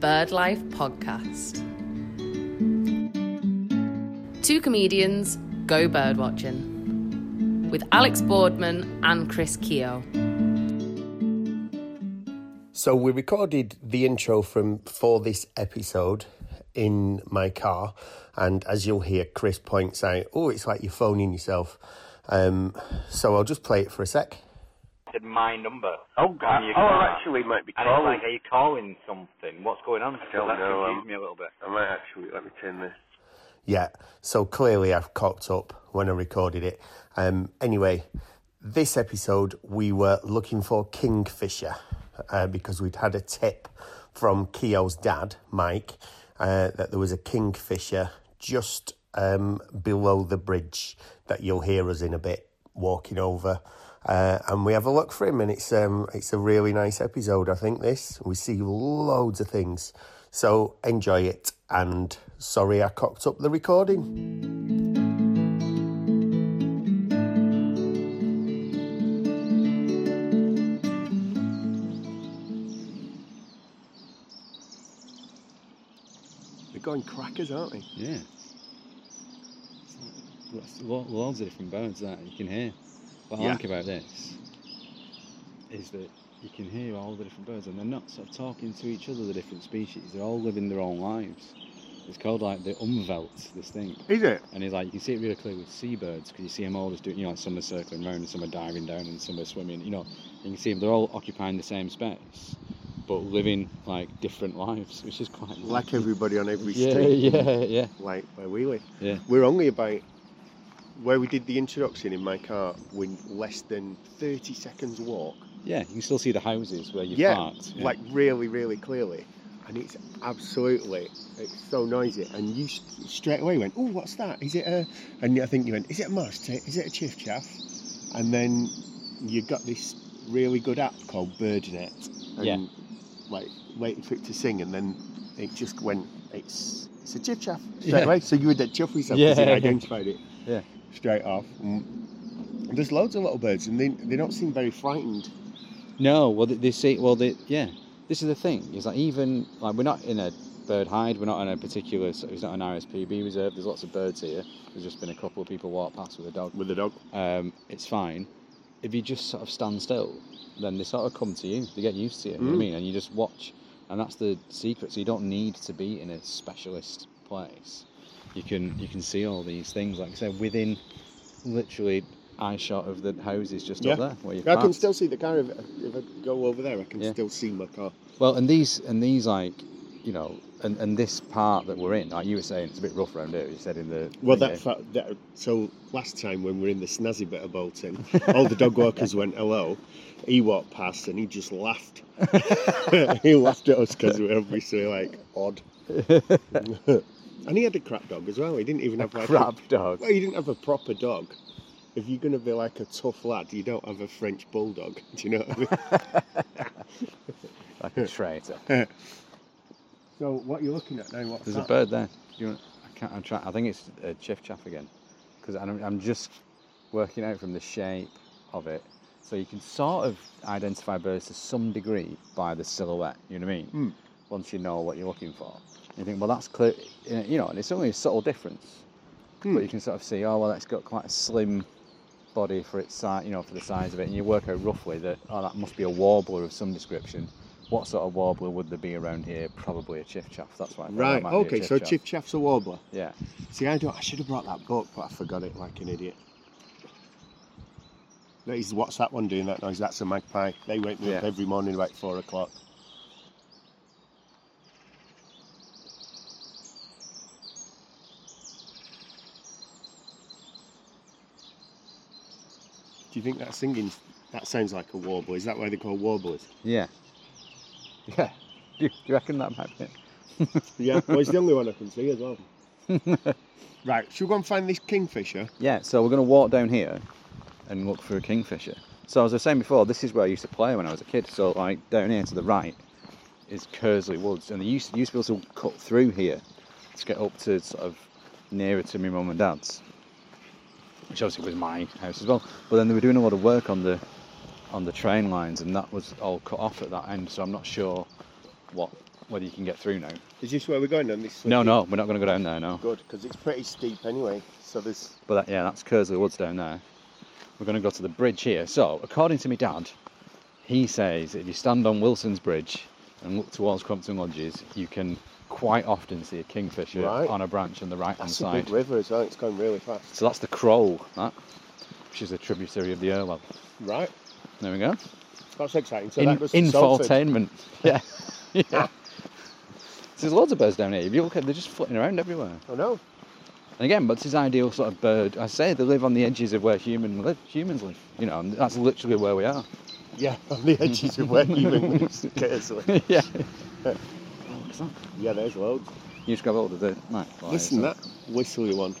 Bird Life podcast. Two comedians go birdwatching with Alex Boardman and Chris Keogh. So we recorded the intro from for this episode in my car, and as you'll hear, Chris points out, "Oh, it's like you're phoning yourself." Um, so I'll just play it for a sec. said my number. Oh, God. And you Oh, go, I actually might be And calling. it's like, are you calling something? What's going on? I don't that know, confused um, me a little bit. I might actually let me turn this. Yeah. So clearly, I've cocked up when I recorded it. Um, anyway, this episode we were looking for kingfisher uh, because we'd had a tip from Keo's dad, Mike, uh, that there was a kingfisher just um, below the bridge that you'll hear us in a bit walking over. Uh, and we have a look for him, and it's um, it's a really nice episode. I think this we see loads of things, so enjoy it. And sorry, I cocked up the recording. They're going crackers, aren't they? Yeah. It's like lots, lo- loads of different birds that you can hear. What I Yeah. like about this is that you can hear all the different birds and they're not sort of talking to each other, the different species. They're all living their own lives. It's called like the umwelt, this thing. Is it? And it's like you can see it really clear with seabirds because you see them all just doing, you know, like some are circling round and some are diving down and some are swimming, you know. You can see them, they're all occupying the same space but living like different lives, which is quite Like everybody on every Yeah, street, yeah, yeah. like where we live. Yeah. We're only about where we did the introduction in my car. We're less than thirty seconds walk. Yeah, you can still see the houses where you've Yeah, parked. Yeah. like really, really clearly, and it's absolutely it's so noisy. And you s- straight away went, "Oh, what's that? Is it a?" And I think you went, "Is it a mast? Is it a chiff chaff?" And then you got this really good app called BirdNet, and Yeah. like waiting for it to sing, and then it just went, "It's it's a chiff chaff." Straight Yeah. away, so you were dead chuffed with yourself because you Yeah. identified it. Yeah. straight off. Mm. There's loads of little birds, and they they don't seem very frightened. no, well they, they see. Well, they yeah. This is the thing. Is like even like we're not in a bird hide. We're not in a particular. so It's not an RSPB reserve. There's lots of birds here. There's just been a couple of people walk past with a dog. With a dog, Um, it's fine. If you just sort of stand still, then they sort of come to you. They get used to you. You know what I Mm. mean? And you just watch. And that's the secret. So you don't need to be in a specialist place. You can you can see all these things. Like I said, within literally eye shot of the houses just Yeah. up there where you've I can parked. still see the car if, if I go over there. I can Yeah. still see my car. Well, and these and these like, you know, and, and this part that we're in, like you were saying, it's a bit rough around here. You said in the Well, thing that, here. fa- that so last time when we were in the snazzy bit of Bolton, all the dog walkers went hello. He walked past and he just laughed. he laughed at us because we were obviously like odd. and he had a crap dog as well. He didn't even have like crab A, uh, dog. well, he didn't have a proper dog. If you're gonna be like a tough lad, you don't have a French bulldog. Do you know what I mean? like a traitor. so what you're looking at now? What's There's a bird there. Do you want, I can't. I'm trying. I think it's a chiff chaff again, because I'm, I'm just working out from the shape of it. So you can sort of identify birds to some degree by the silhouette. You know what I mean? Hmm. Once you know what you're looking for, you think, well, that's clear. You know, and it's only a subtle difference, Hmm. but you can sort of see, oh, well, that's got quite a slim body for its size. You know, for the size of it, and you work out roughly that, oh, that must be a warbler of some description. What sort of warbler would there be around here? Probably a chiff chaff. That's why. I thought that Right. might be a Okay. So chiff-chaff. Chiff Chaff's a warbler. Yeah. See, I don't. I should have brought that book, but I forgot it like an idiot. That is, what's that one doing that noise? That's a magpie. They wake me up Yeah. every morning about four o'clock. Do you think that singing? That sounds like a warbler. Is that why they call warblers? Yeah. Yeah. Do you, do you reckon that might be? it? Yeah. Well, it's the only one I can see as well. right. Shall we go and find this kingfisher? Yeah. So we're going to walk down here and look for a kingfisher. So as I was saying before, this is where I used to play when I was a kid. So like down here to the right is Kersley Woods, and they used to, used to be able to cut through here to get up to sort of nearer to my mum and dad's, which obviously was my house as well. But then they were doing a lot of work on the on the train lines, and that was all cut off at that end. So I'm not sure what whether you can get through now. Is this where we're going on this? No, slippy? no, we're not going to go down there, no. Good, because it's pretty steep anyway. So there's But that, yeah, that's Kersley Woods down there. We're going to go to the bridge here. So, according to my dad, he says if you stand on Wilson's Bridge and look towards Crumpton Lodges, you can quite often see a kingfisher Right. on a branch on the right hand that's a side. big river as well. It's going really fast. So that's the Crow, that, which is a tributary of the Irwell. Right, There we go. that's exciting. So In- that was to Salford. infotainment. Yeah. yeah. So there's loads of birds down here. If you look at, they're just flitting around everywhere. Oh no, And again, but this is ideal sort of bird. I say they live on the edges of where human live, humans live. You know, and that's literally where we are. yeah, on the edges of where human lives. Kersley. yeah. Yeah, there's loads. You just grab hold of the mic. like Listen, so. that whistly one.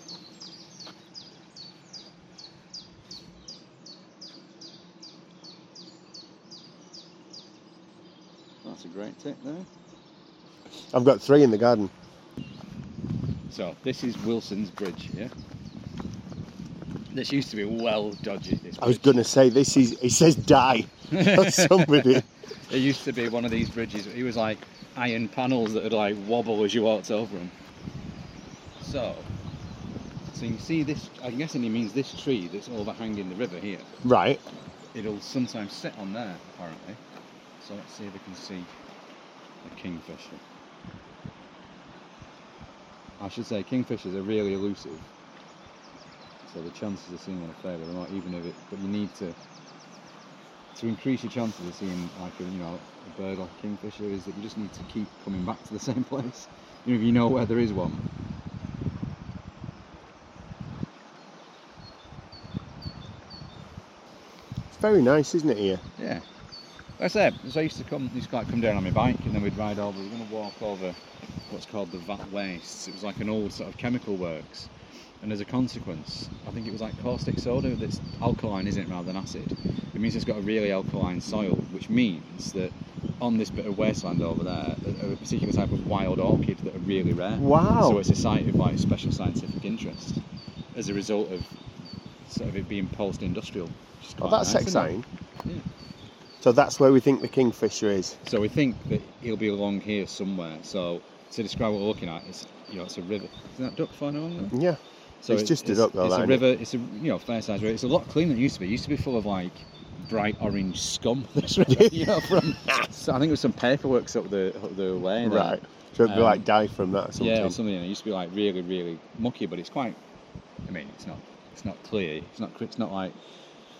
That's a great tip there. I've got three in the garden. So this is Wilson's Bridge. Yeah. This used to be well dodgy. This I was bridge. going to say this is. It says die. Somebody. It used to be one of these bridges. It was like iron panels that would like wobble as you walked over them. So, so you see this. I'm guessing he means this tree that's overhanging the river here. Right. It'll sometimes sit on there, apparently. So let's see if we can see a kingfisher. I should say kingfishers are really elusive. So the chances of seeing one are fairly remote, even if it. But you need to to increase your chances of seeing like a you know a bird like a kingfisher is that you just need to keep coming back to the same place. You know, if you know where there is one. It's very nice, isn't it? Here. Yeah. Like I said, so I used to come, used to like come down on my bike, and then we'd ride over. We were going to walk over what's called the vat wastes. It was like an old sort of chemical works, and as a consequence, I think it was like caustic soda that's alkaline, isn't it, rather than acid. It means it's got a really alkaline soil, which means that on this bit of wasteland over there, there are a particular type of wild orchid that are really rare. Wow. So it's a site of like special scientific interest as a result of sort of it being post-industrial. which is Oh, quite that's nice, isn't it? exciting. Yeah. So that's where we think the kingfisher is. So we think that he'll be along here somewhere. So to describe what we're looking at, it's you know it's a river. Is that duck flying along there? Yeah. So Mm-hmm. It's it- just a duck though, It's a that, river. It's a you know fair sized river. It's a lot cleaner than it used to be. It used to be full of like bright orange scum. This river, you know, from so I think it was some paperwork's up the up the way. there. Right. So it'd be Um, like die from that or something. Yeah, or something. and It used to be like really, really mucky, but it's quite. I mean, it's not. It's not clear. It's not. cr- It's not like.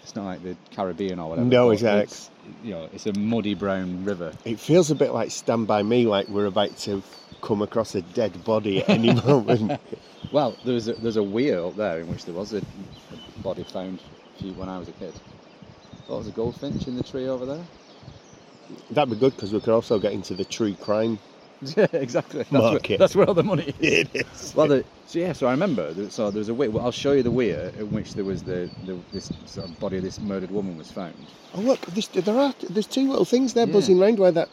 It's not like the Caribbean or whatever. No, but it's- You know, it's a muddy brown river. It feels a bit like Stand By Me, like we're about to come across a dead body at any moment. Well, there was a, there's a weir up there in which there was a, a body found a few- when I was a kid. Thought it was a goldfinch in the tree over there. That'd be good because we could also get into the true crime. yeah, exactly. That's Mark where, it. that's where all the money is. It is. Well, the, so yeah, so I remember. That, so there was a weir. Well, I'll show you the weir in which there was the, the this sort of body of this murdered woman was found. Oh look, there's, there are there's two little things there Yeah. buzzing round where that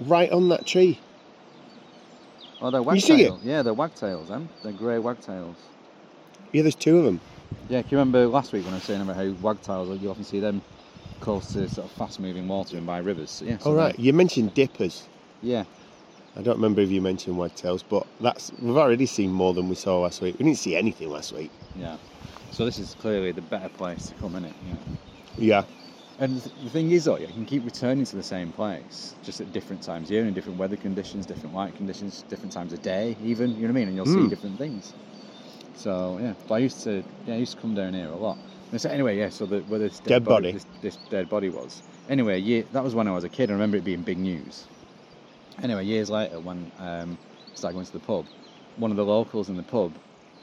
right on that tree. Oh, they're You see it? wagtails. Yeah, they're wagtails, man. They're grey wagtails. Yeah, there's two of them. Yeah, can you remember last week when I was saying about how wagtails, you often see them close to sort of fast-moving water and by rivers. So, yeah. so All right, they're- you mentioned dippers. Yeah. I don't remember if you mentioned wagtails, but that's we've already seen more than we saw last week. We didn't see anything last week. Yeah. So this is clearly the better place to come in it. Yeah. Yeah, And th- the thing is, though, you can keep returning to the same place, just at different times of year, and different weather conditions, different light conditions, different times of day, even. You know what I mean? And you'll see Mm. different things. So yeah, but I used to, yeah, I used to come down here a lot. And so anyway, yeah. So the, where this dead, Dead body. this, this dead body was. Anyway, yeah, that was when I was a kid. I remember it being big news. Anyway, years later, when um, I started going to the pub, one of the locals in the pub,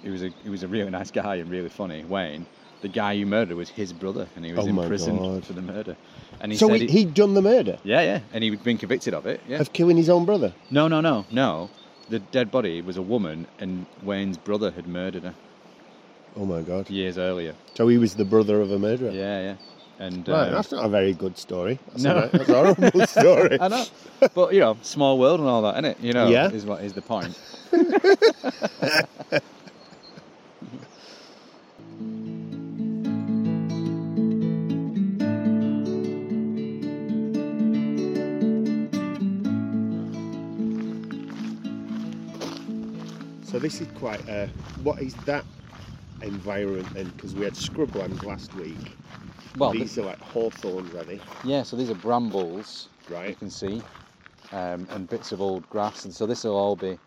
he was a he was a really nice guy and really funny, Wayne. The guy who murdered was his brother, and he was Oh in my prison God. for the murder. And he so said he, he'd done the murder yeah, yeah, and he'd been convicted of it. Yeah. of killing his own brother. No, no, no, no. The dead body was a woman, and Wayne's brother had murdered her Oh my god! years earlier. So he was the brother of a murderer. Yeah, yeah. And Right, um, that's not a very good story. That's, No. a, very- that's a horrible story. I know, but you know, small world and all that, innit? You know, Yeah. is what is the point. So this is quite a. What is that environment then? Because we had scrubland last week. Well, These th- are like hawthorns, are they? yeah, so these are brambles, you Right. can see, um, and bits of old grass. And so this will all be,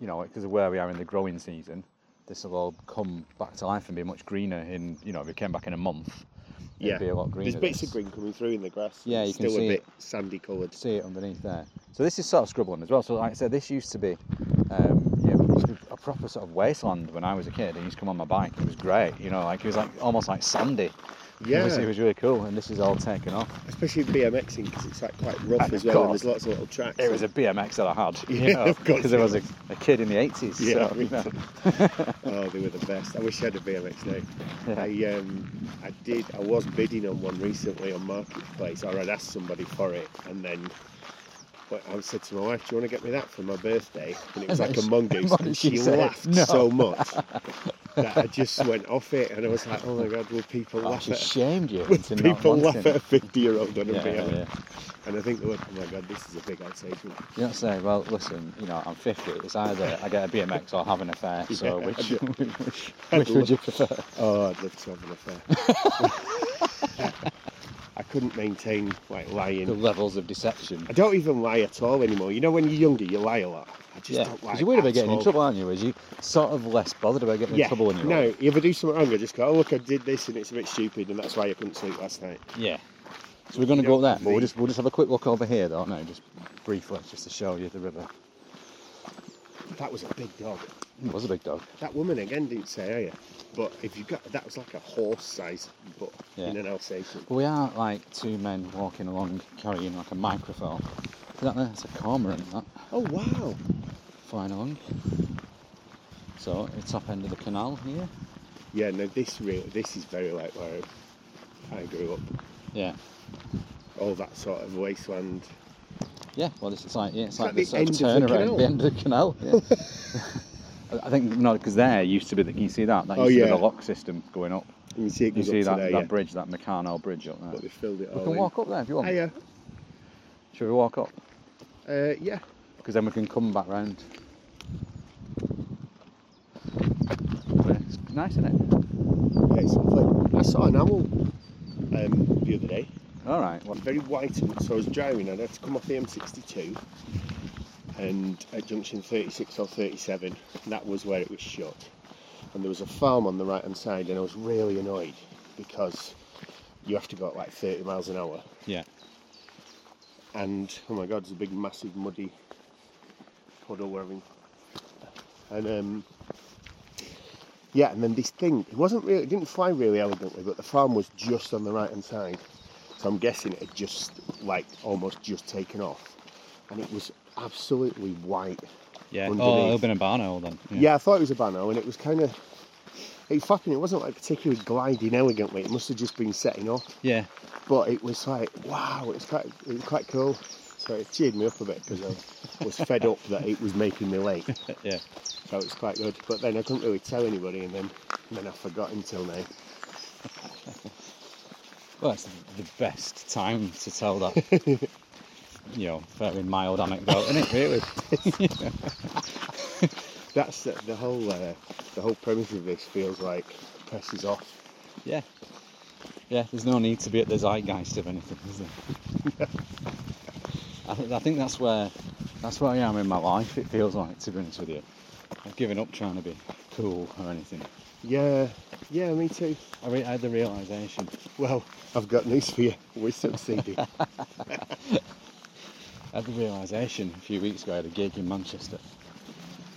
you know, because of where we are in the growing season, this will all come back to life and be much greener in, you know, if it came back in a month, it'd be a lot greener. There's bits this. of green coming through in the grass. Yeah, It's you can still see a bit it. sandy coloured. see it underneath there. So this is sort of scrubland as well. So like I said, this used to be um, you know, used to be a proper sort of wasteland when I was a kid. and used to come on my bike. It was great. You know, like it was like almost like sandy. It was, Yeah. it was really cool. And this is all taken off. Especially BMXing because it's like quite rough And as of well, and course, there's lots of little tracks. It was a BMX that I had. You Yeah, know, of course Because I it was a, a kid in the 80s. Yeah, so, me you know. oh, they were the best. I wish I had a BMX now. Yeah. I um, I did. I was bidding on one recently on marketplace, or I'd asked somebody for it, and then well, I said to my wife, "Do you want to get me that for my birthday?" And it was And like a then she- mongoose, what and did she she say? laughed No. so much that I just went off it, and I was like, "Oh my god, will people Oh, laugh she at?" shamed you will into not people laugh wanting. at a fifty-year-old on a Yeah, yeah, BMX? yeah. And I think they went, "Oh my god, this is a big outstation." You don't say, well, listen, you know, I'm 50. It's either I get a BMX or have an affair. So Yeah. which, which, which would you prefer? Oh, I'd love to have an affair. I couldn't maintain like The lying. levels of deception. I don't even lie at all anymore. You know, when you're younger, you lie a lot. I just Yeah, don't lie. because you worried about at getting in all. trouble, aren't you? Is you sort of less bothered about getting Yeah. in trouble when you're no, older? you ever do something wrong, I just go, oh look, I did this and it's a bit stupid, and that's why I couldn't sleep last night. Yeah. So we're going to go up there, but we'll the- just we'll just have a quick look over here, though. No, just briefly, just to show you the river. That was a big dog. It was a big dog. That woman again didn't say, are you? But if you got that was like a horse-sized butt Yeah. in an Alsatian. But we are like two men walking along carrying like a microphone. Is that there? It's a cormorant that Oh wow! flying along. So at the top end of the canal here. Yeah, no, this real, this is very like where I grew up. Yeah. All that sort of wasteland. Yeah, well, this is like yeah, it's that like this the sort end of of the turnaround, canal? the end of the canal. Yeah. I- I think no, because there used to be the, can you see that? That Oh, used to yeah. be the lock system going up. You can see it You goes see up that, to there, that yeah. bridge, that Meccano bridge up But they there. filled it all We can in. walk up there if you want. oh, Hiya. Should we walk up? Uh, yeah. Because then we can come back round. But It's nice, isn't it? Yeah, it's lovely. I saw an owl um, the other day. All right. It Well, was very white, and so I was driving, and I had to come off the M62 and at junction 36 or 37, that was where it was shut. And there was a farm on the right hand side, and I was really annoyed because you have to go at like 30 miles an hour. yeah. And oh my god, there's a big, massive, muddy puddle we're having. And um, yeah, and then this thing, it wasn't really, it didn't fly really elegantly, but the farm was just on the right hand side. So I'm guessing it had just, like, almost just taken off. And it was absolutely white. Yeah. underneath. been a barn owl then. yeah. I thought it was a banner, and it was kind of, it fucking, it wasn't like particularly gliding elegantly. It must have just been setting off Yeah. but it was like wow it was quite it was quite cool so it cheered me up a bit because I was fed up that it was making me late Yeah. yeah. so it was quite good but then I couldn't really tell anybody and then and then I forgot until now Well, it's the best time to tell that. you know, very mild anecdote, isn't it? Really. that's the, the whole uh, the whole premise of this feels like presses off Yeah. Yeah, there's no need to be at the zeitgeist of anything, is there? I, th- I think that's where that's where I am in my life. It feels like, to be honest with you, I've given up trying to be cool or anything. yeah yeah me too I, re- I had the realization. well I've got news for you we succeeded I had the realization a few weeks ago. I had a gig in Manchester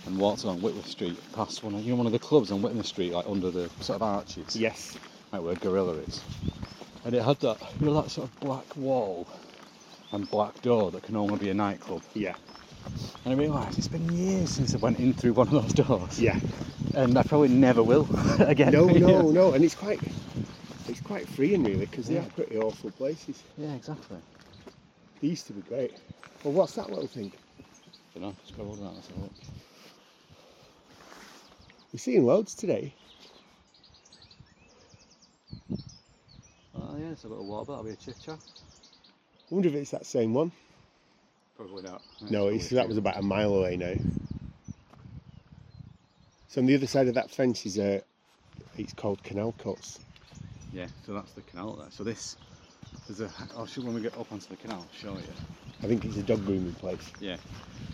and walked along Whitworth Street past one of you know one of the clubs on Whitworth Street, like under the sort of arches. yes like where Gorilla is. And it had that, you know, that sort of black wall and black door that can only be a nightclub. yeah And I realised it's been years since I went in through one of those doors. yeah And I probably never will again. no Yeah. no no and it's quite it's quite freeing really because they Yeah. are pretty awful places Yeah, exactly. They used to be great. Well, what's that little thing? You know, just go over that, let's have a look. We're seeing loads today. Oh, yeah, it's a little water, that'll be a chit chat. I wonder if it's that same one. Probably not. No, it's, that was about a mile away now. So on the other side of that fence is a, it's called canal cuts. Yeah, so that's the canal there. So this, there's a. I'll show when we get up onto the canal. Show you. I think it's a dog grooming place. Yeah,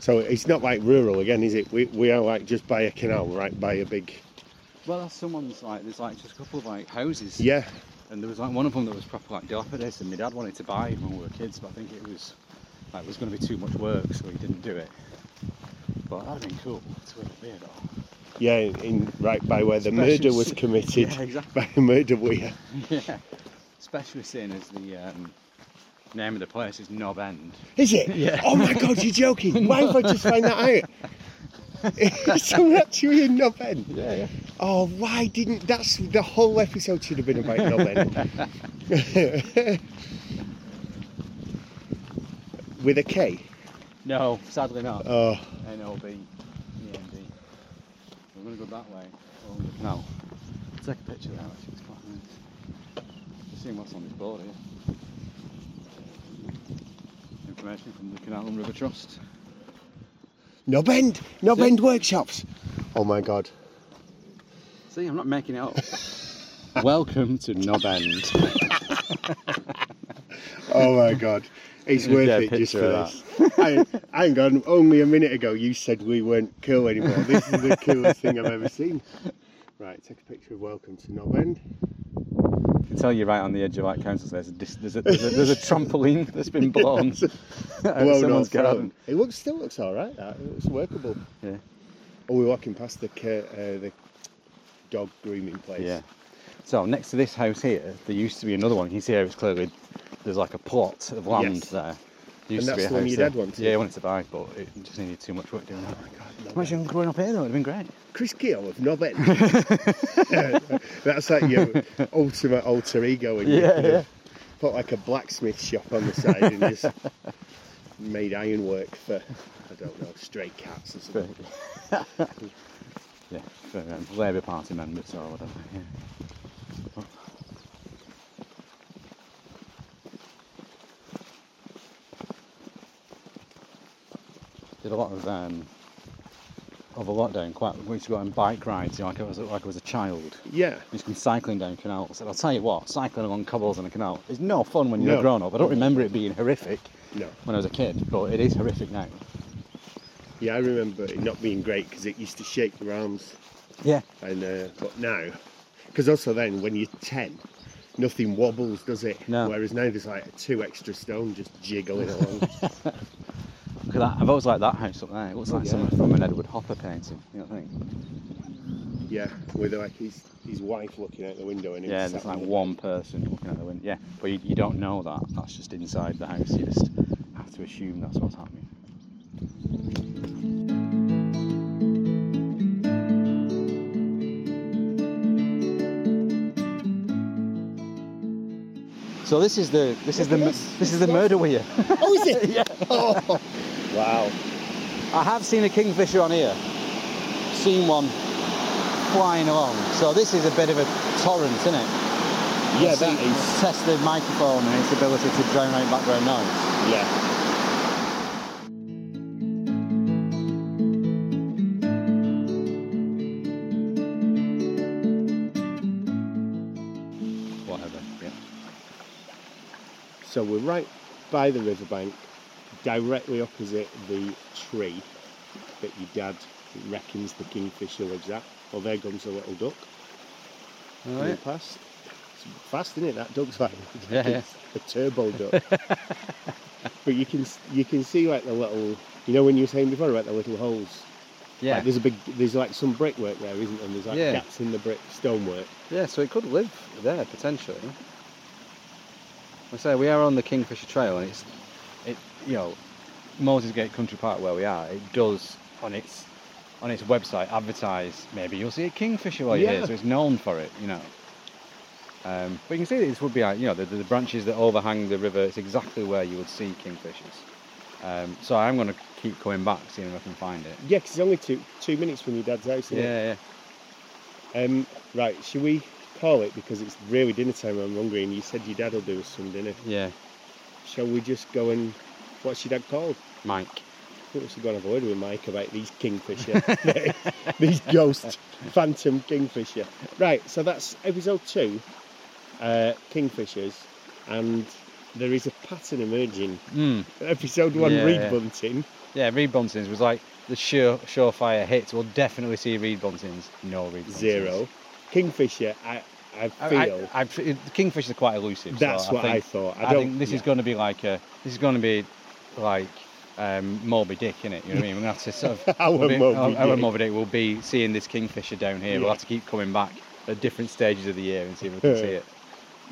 So it's not like rural again, is it? We, we are like just by a canal, right by a big. Well, that's someone's like there's like just a couple of like houses. Yeah, And there was like one of them that was proper like dilapidated, and my dad wanted to buy it when we were kids, but I think it was like it was going to be too much work, so he didn't do it. But that'd have been cool to have a beer though. yeah, in, in- right by where the Especially murder was si- committed. Yeah, exactly. By a murder weir. Yeah. Especially seeing as the um, name of the place is Knob End. Is it? Yeah. Oh my god, you're joking. Why have I just found that out? it's actually a knob end. Yeah, yeah. Oh, why didn't that's the whole episode should have been about knob end. With a K. No, sadly not. Oh, N-O-B, E-N-D. E We're going to go that way. along the canal. Take a picture there, actually, it's quite nice. Just seeing what's on this board here. Information from the Canal and River Trust. knob end. Knob See? end workshops. Oh my god. See, I'm not making it up. Welcome to Knob End. Oh my god. It's Yeah, worth it picture just for of this. I, hang on, only a minute ago you said we weren't cool anymore. This is the coolest thing I've ever seen. Right, take a picture of Welcome to Knob End. I can tell you right on the edge of that council, there's a, dis- there's a, there's a, there's a trampoline that's been blown out of Blown someone's off road. garden. It looks still looks alright, that it looks workable. Yeah. Oh, we're walking past the cur- uh, the dog grooming place. Yeah. So next to this house here, there used to be another one. You can see here it's clearly there's like a plot of land Yes. there. There Used And to that's be a the one house your there. dad wanted? Yeah, he wanted to buy, but it just needed too much work doing. Oh my god! Imagine growing up here though, it'd have been great. Chris Gill of Knob End. That's like your ultimate alter ego and you Yeah, could yeah. have put like a blacksmith shop on the side and just made ironwork for I don't know, stray cats or something. Yeah, for um, Labour Party members or whatever. Yeah. Did a lot of um, of a lockdown. Quite we used to go on bike rides. You know, like I was like I was a child. Yeah. Just been cycling down canals, and I'll tell you what, cycling along cobbles in a canal is no fun when you're No. a grown up. I don't remember it being horrific No. when I was a kid, but it is horrific now. Yeah, I remember it not being great because it used to shake your arms Yeah, and uh, but now because also then when you're 10 nothing wobbles does it No. whereas now there's like two extra stone just jiggling along Look at that. I've always liked that house up there. It looks like Yeah. something from an Edward Hopper painting. You know what I think? yeah with like his his wife looking out the window and him Yeah, sat there's on like the- one person looking out the window. Yeah, but you, you don't know that. That's just inside the house. You just have to assume that's what's happening. So this is the this is the mu- this is the murder weir. oh is it yeah wow I have seen a kingfisher on here. Seen one flying along. So this is a bit of a torrent, isn't it? yeah It's that is it's tested microphone and its ability to drown out background noise. yeah Whatever. Yeah. so we're right by the riverbank directly opposite the tree that your dad reckons the kingfisher lives at well there comes a little duck All coming past it's fast isn't it that duck's like Yeah, yeah. a turbo duck. but you can you can see like the little you know when you were saying before about the little holes. Yeah. Like, there's a big there's like some brickwork there, isn't there? There's like Yeah. gaps in the brick stonework. yeah. So it could live there potentially. I say we are on the Kingfisher Trail, and it's it you know Moses Gate Country Park where we are. It does on its on its website advertise maybe you'll see a kingfisher while you're Yeah. here, so it's known for it, you know. Um, but you can see that this would be like you know the, the branches that overhang the river. It's exactly where you would see kingfishers. Um, so I'm going to keep coming back, seeing if I can find it. Yeah, 'cause it's only two two minutes from your dad's house. Isn't Yeah, yeah. It? Um. Right. Should we call it because it's really dinner time. and I'm hungry, and you said your dad will do us some dinner. yeah. Shall we just go and what's your dad called? Mike. think we should go and have a word with Mike about these kingfisher, these ghost phantom kingfisher. Right, so that's episode two, uh, kingfishers, and there is a pattern emerging. Mm. Episode one, Yeah, reed yeah. bunting. Yeah, Reed Buntings was like the sure, surefire hit. We'll definitely see Reed Buntings. No Reed Buntings. zero. Kingfisher, I, I I, feel I, I, the kingfishers are quite elusive. so that's what I I think thought. I, think this is yeah. going to be like a, this is going to be like um, Moby Dick, innit? You know what I mean? We're going to have to sort of Our we'll be, Moby our, our Dick. Moby Dick will be seeing this kingfisher down here. Yeah. We'll have to keep coming back at different stages of the year and see if we can see it.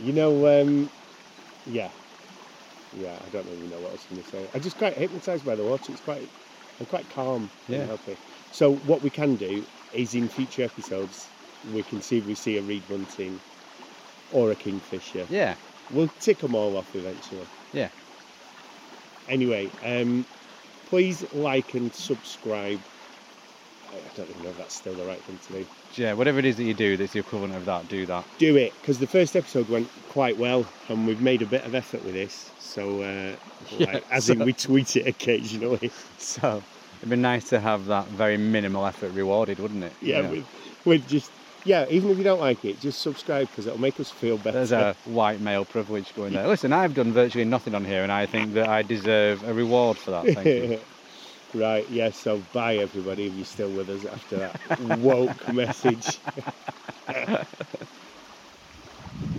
You know, um, yeah, yeah. I don't really know what else I'm going to say. I'm just quite hypnotised by the water. It's quite, I'm quite calm. Yeah. And healthy. So what we can do is in future episodes we can see if we see a reed bunting or a kingfisher. Yeah, We'll tick them all off eventually. yeah. Anyway, um, please like and subscribe. I I don't even know if that's still the right thing to do. Yeah, whatever it is that you do that's the equivalent of that, do that. do it because the first episode went quite well and we've made a bit of effort with this so uh, like, as in so- we tweet it occasionally So it'd be nice to have that very minimal effort rewarded, wouldn't it? You yeah, know? With, with just yeah even if you don't like it just subscribe because it'll make us feel better There's a white male privilege going there. Listen, I've done virtually nothing on here, and I think that I deserve a reward for that. Thank you. right yeah so bye everybody if you're still with us after that woke message